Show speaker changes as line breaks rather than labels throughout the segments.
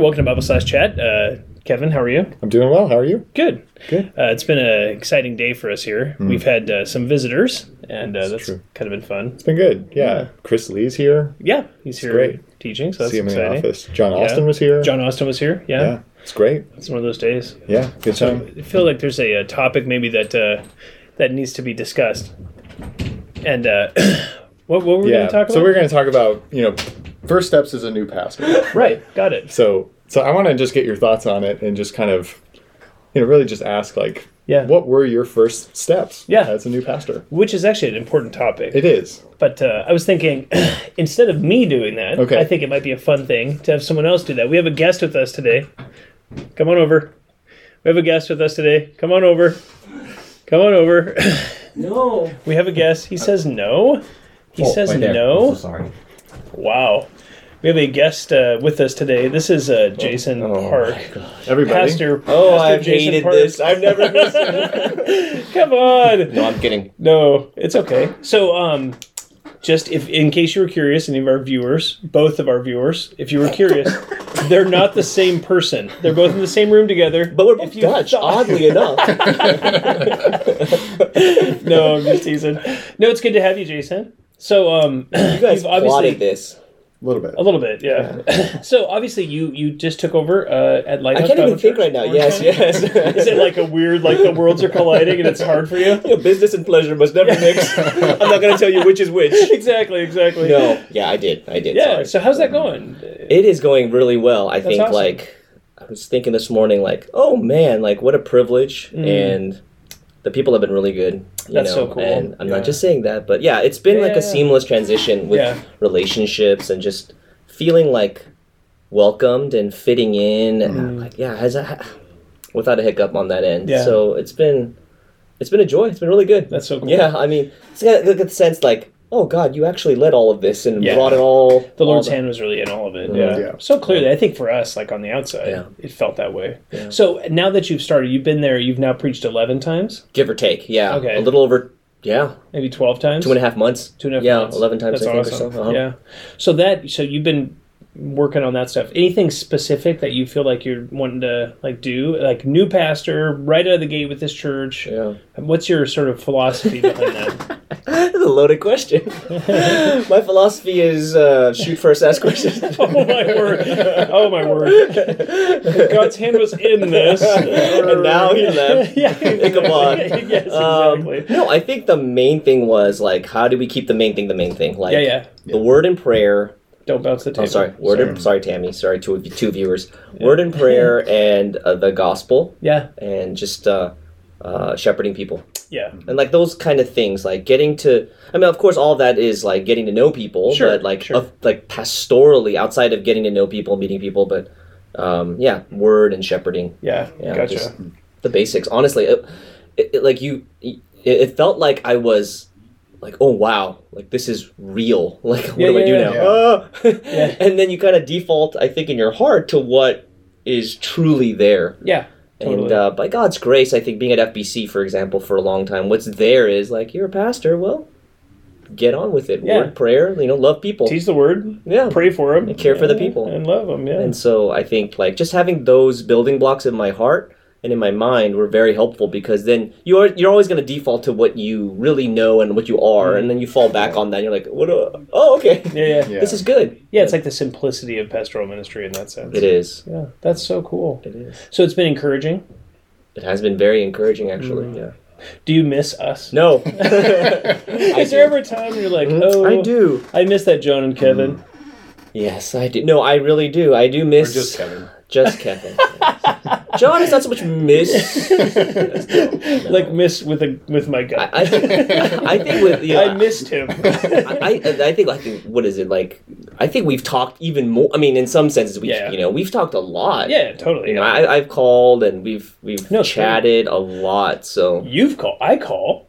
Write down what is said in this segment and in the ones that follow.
Welcome to Bible Slash Chat. Uh, Kevin, how are you?
I'm doing well. How are you?
Good.
Good.
Uh, it's been an exciting day for us here. We've had uh, some visitors, and uh, that's
Hmm. true.
kind of been fun.
It's been good. Yeah. Chris Lee's here.
Yeah, he's here
great.
teaching, so that's
See him in the
exciting.
office. John
Yeah.
Austin was here.
John Austin was here. Yeah,
Yeah. It's great.
it's one of those days.
Yeah. Good time.
I feel like there's a, uh topic maybe that uh, that needs to be discussed. And uh, what, what were we
yeah.
going to talk about?
So we're going to talk about you know, first steps as a new pastor.
right, got it.
so so I want to just get your thoughts on it and just kind of, you know, really just ask like,
Yeah.
what were your first steps?
Yeah.
As a new pastor.
Which is actually an important topic.
It is.
But uh, I was thinking, instead of me doing that,
Okay.
I think it might be a fun thing to have someone else do that. We have a guest with us today. Come on over. We have a guest with us today. Come on over. Come on over.
No.
we have a guest. He says no. He
Oh,
says no.
sorry.
Wow. We have a guest uh, with us today. This is uh, Jason Park.
Everybody.
Pastor.
Oh,
Pastor
I've
Jason
hated
Park.
this. I've never missed it.
Come on.
No, I'm kidding.
No, it's okay. So, um, just if in case you were curious, any of our viewers, both of our viewers, if you were curious, they're not the same person. They're both in the same room together.
But we're both
If you
Dutch,
thought-
oddly enough.
no, I'm just teasing. No, it's good to have you, Jason. So, um,
You guys
You've obviously-
plotted this.
A little bit.
a little bit, yeah. so obviously, you you just took over uh, at
I
Lighthouse.
can't even
Bible
think
Church,
right now.
Orange
Yes,
County?
yes.
Is it like a weird, like the worlds are colliding and it's hard for you?
You know, business and pleasure must never mix. I'm not going to tell you which is which.
Exactly, exactly.
No. Yeah, I did. I did.
Yeah.
Sorry.
So how's that going?
it is going really well. I think
awesome.
like I was thinking this morning like, "Oh man, like what a privilege." And the people have been really good. You
Mm. That's
know?
so cool.
And I'm
Yeah.
not just saying that, but yeah, it's been
Yeah,
like
yeah,
a
yeah.
seamless transition with
Yeah.
relationships and just feeling like welcomed and fitting in and like yeah, has a, without a hiccup on that end.
Yeah.
So it's been it's been a joy. It's been really good.
That's so cool.
Yeah, I mean, it's got look at the sense like, oh God, you actually led all of this and
Yeah.
brought it all.
the Lord's
all
hand was really in all of it.
Yeah.
Yeah.
So clearly, I think for us, like on the outside,
Yeah.
it felt that way.
Yeah.
So now that you've started, you've been there, you've now preached 11 times,
give or take. Yeah,
Okay.
a little over. Yeah,
maybe 12 times.
two and a half months.
Two and a half
Yeah,
months.
eleven times
That's
I think
awesome.
or so. Uh-huh.
Yeah. So that, so you've been working on that stuff. Anything specific that you feel like you're wanting to like do, like new pastor right out of the gate with this church?
Yeah.
What's your sort of philosophy behind that?
That's a loaded question. My philosophy is uh, shoot first, ask questions.
oh my word! Oh my word! God's hand was in this,
And now he left.
yeah,
Ichabod.
yes,
Um,
exactly.
no, I think the main thing was like, how do we keep the main thing the main thing? Like,
yeah, yeah.
the word and prayer.
Don't bounce the table.
Oh, sorry, word and sorry, Tammy. Sorry, two of you- two viewers. Word and prayer and uh, the gospel
Yeah,
and just uh, uh, shepherding people.
yeah,
and like those kind of things like getting to i mean of course all that is like getting to know people
Sure,
but like
sure.
of, like pastorally outside of getting to know people meeting people but um, yeah word and shepherding
yeah.
Yeah,
gotcha.
just- the basics honestly it, it, it- like you it, it felt like i was like oh wow like this is real like what
Yeah,
do i
yeah,
do
yeah.
now
Yeah.
Ah!
Yeah.
and then you kind of default i think in your heart to what is truly there
yeah, totally.
and uh, by God's grace, I think being at FBC, for example, for a long time, what's there is like you're a pastor. Well, get on with it.
Yeah.
Word, prayer, you know, love people.
Teach the word.
yeah,
Pray for them.
And care for the people.
and love them. Yeah.
and so I think like just having those building blocks in my heart and in my mind were very helpful because then you are you're always going to default to what you really know and what you are, and then you fall back on that. And you're like, what? do- oh, okay.
yeah, yeah, Mm-hmm. yeah.
Yeah.
This is good.
It's like the simplicity of pastoral ministry in that sense.
It is.
Yeah, that's so cool.
It is.
So it's been encouraging.
It has been very encouraging, actually.
Mm.
Yeah.
Do you miss us?
No, Mm-hmm.
Is there ever a time you're like, oh,
I do.
I miss that Joan and Kevin.
Yes, I do. No, I really do. I do
Or
miss
just Kevin.
Just Kevin. John is not so much miss.
Like miss with a with my gut.
I, I think- I think with yeah,
I missed him.
I, I, I think like what is it like? I think we've talked even more. I mean, in some senses, we
Yeah.
have you know we've talked a lot.
yeah, totally.
You know, I, I've called and we've we've
No, sure.
chatted a lot. So
You've called. I call.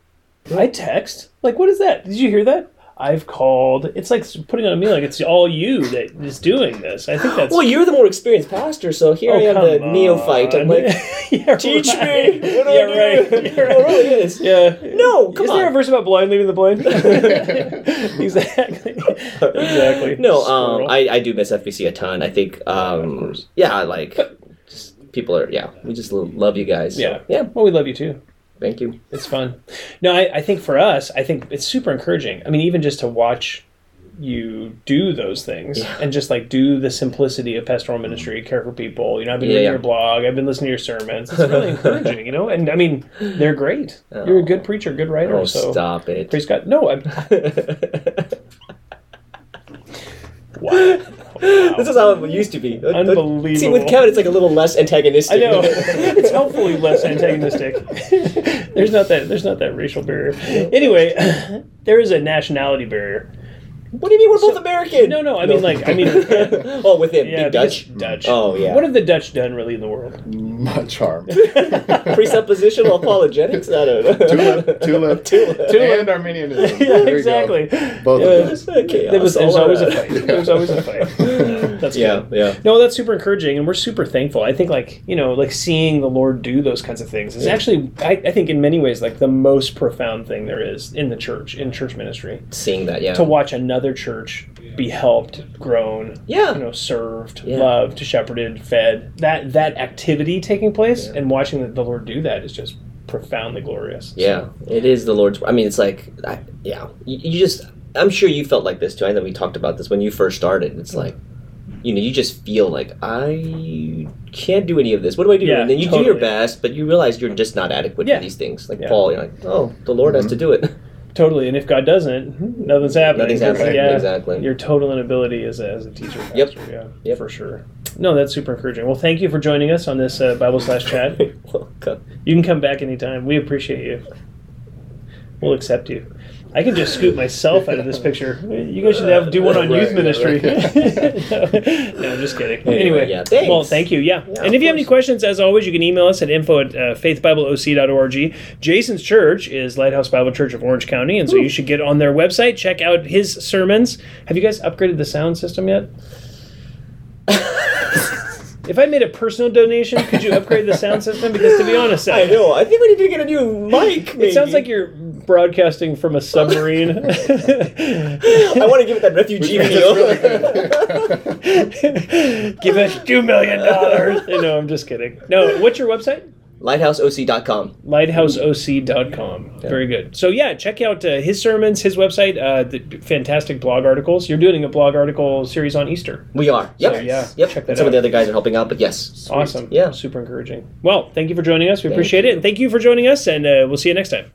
I text. Like, what is that? Did you hear that? I've called. It's like putting on me like it's all you that is doing this. I think that's
Well, you're the more experienced pastor, so here
Oh,
I am,
come
the neophyte. I'm
on.
like,
Yeah,
teach me.
right.
What do I
yeah,
do?
right.
It
Yeah, right.
really is.
Yeah.
No, come
Is there a
on.
verse about blind leading the blind? exactly. Exactly.
No, um,
Squirrel.
I, I do miss FBC a ton. I think,
of
um,
course.
yeah, I like just people are, yeah, we just lo- love you guys. so,
Yeah.
yeah,
Well, we love you too.
thank you.
It's fun. No, I, I think for us, I think it's super encouraging. I mean, even just to watch you do those things and just like do the simplicity of pastoral ministry, care for people. You know, I've been
Mm-hmm. Yeah,
reading
yeah.
your blog, I've been listening to your sermons. It's really encouraging, you know? And I mean, they're great. You're a good preacher, good writer.
Oh,
so
stop it.
praise God. No, I'm. wow.
This is how it used to be. But- but- See,
Unbelievable.
with Kevin, it's like a little less antagonistic.
I know. it's helpfully less antagonistic. there's not that there's not that racial barrier. Anyway, there is a nationality barrier.
what do you mean we're both American?
No, no, I mean like I mean
oh, with him,
yeah,
big Dutch.
because Dutch.
Oh yeah.
What have the Dutch done really in the world?
Much harm.
presuppositional apologetics? I don't know.
Tulip, tulip, tulip, and Armenianism. There you go.
exactly.
Both
Yeah.
of those.
Okay,
There was,
I'll
there's
sell
always
it.
a fight. There's always a fight. That's
Yeah,
good.
yeah.
No, that's super encouraging, and we're super thankful. I think, like you know, like seeing the Lord do those kinds of things is actually, I, I think, in many ways, like the most profound thing there is in the church, in church ministry.
Seeing that, yeah.
To watch another church be helped, grown,
Yeah.
you know, served,
Yeah.
loved, shepherded, fed. That that activity taking place and watching the, the Lord do that is just profoundly glorious.
Yeah, it is the Lord's. I mean, it's like, I, yeah, you, you just. I'm sure you felt like this too. I know we talked about this when you first started.
Mm-hmm.
It's like, you know, you just feel like I can't do any of this. What do I do?
Yeah,
and then you do your
totally.
best, but you realize you're just not adequate
Yeah.
for these things. Like
Yeah.
Paul, you're like, oh, the Lord has to do it.
Totally. And if God doesn't, nothing's happening.
Nothing's happening.
Yeah.
Exactly.
Your total inability as a, as a teacher.
Yep.
Pastor, Yeah.
Yep.
For sure. No, that's super encouraging. Well, thank you for joining us on this uh, Bible slash chat.
Well, Oh, God.
You can come back anytime. We appreciate you. We'll accept you. I can just scoop myself out of this picture. You guys should have do one on
Right,
youth
right,
ministry.
right.
no, I'm just kidding. Anyway,
yeah, thanks.
well, thank you. Yeah,
Yeah,
and if
of
you have any
course.
questions, as always, you can email us at info at uh, faithbibleoc.org. Jason's church is Lighthouse Bible Church of Orange County, and so you should get on their website, check out his sermons. Have you guys upgraded the sound system yet? If I made a personal donation, could you upgrade the sound system? Because to be honest,
I know. I think we need to get a new mic.
it sounds
maybe.
like you're broadcasting from a submarine.
I want to give it that refugee video.
Give us two million dollars. no, I'm just kidding. No, what's your website?
LighthouseOC.com.
LighthouseOC.com. Very good. So yeah, check out uh, his sermons, his website, uh, the fantastic blog articles. You're doing a blog article series on Easter.
We are. Yep.
yeah,
Yep.
check that
and some of the
out.
other guys are helping out, but yes.
Awesome.
Yeah.
Super encouraging. Well, thank you for joining us. We appreciate it, and thank you for joining us. And uh, we'll see you next time.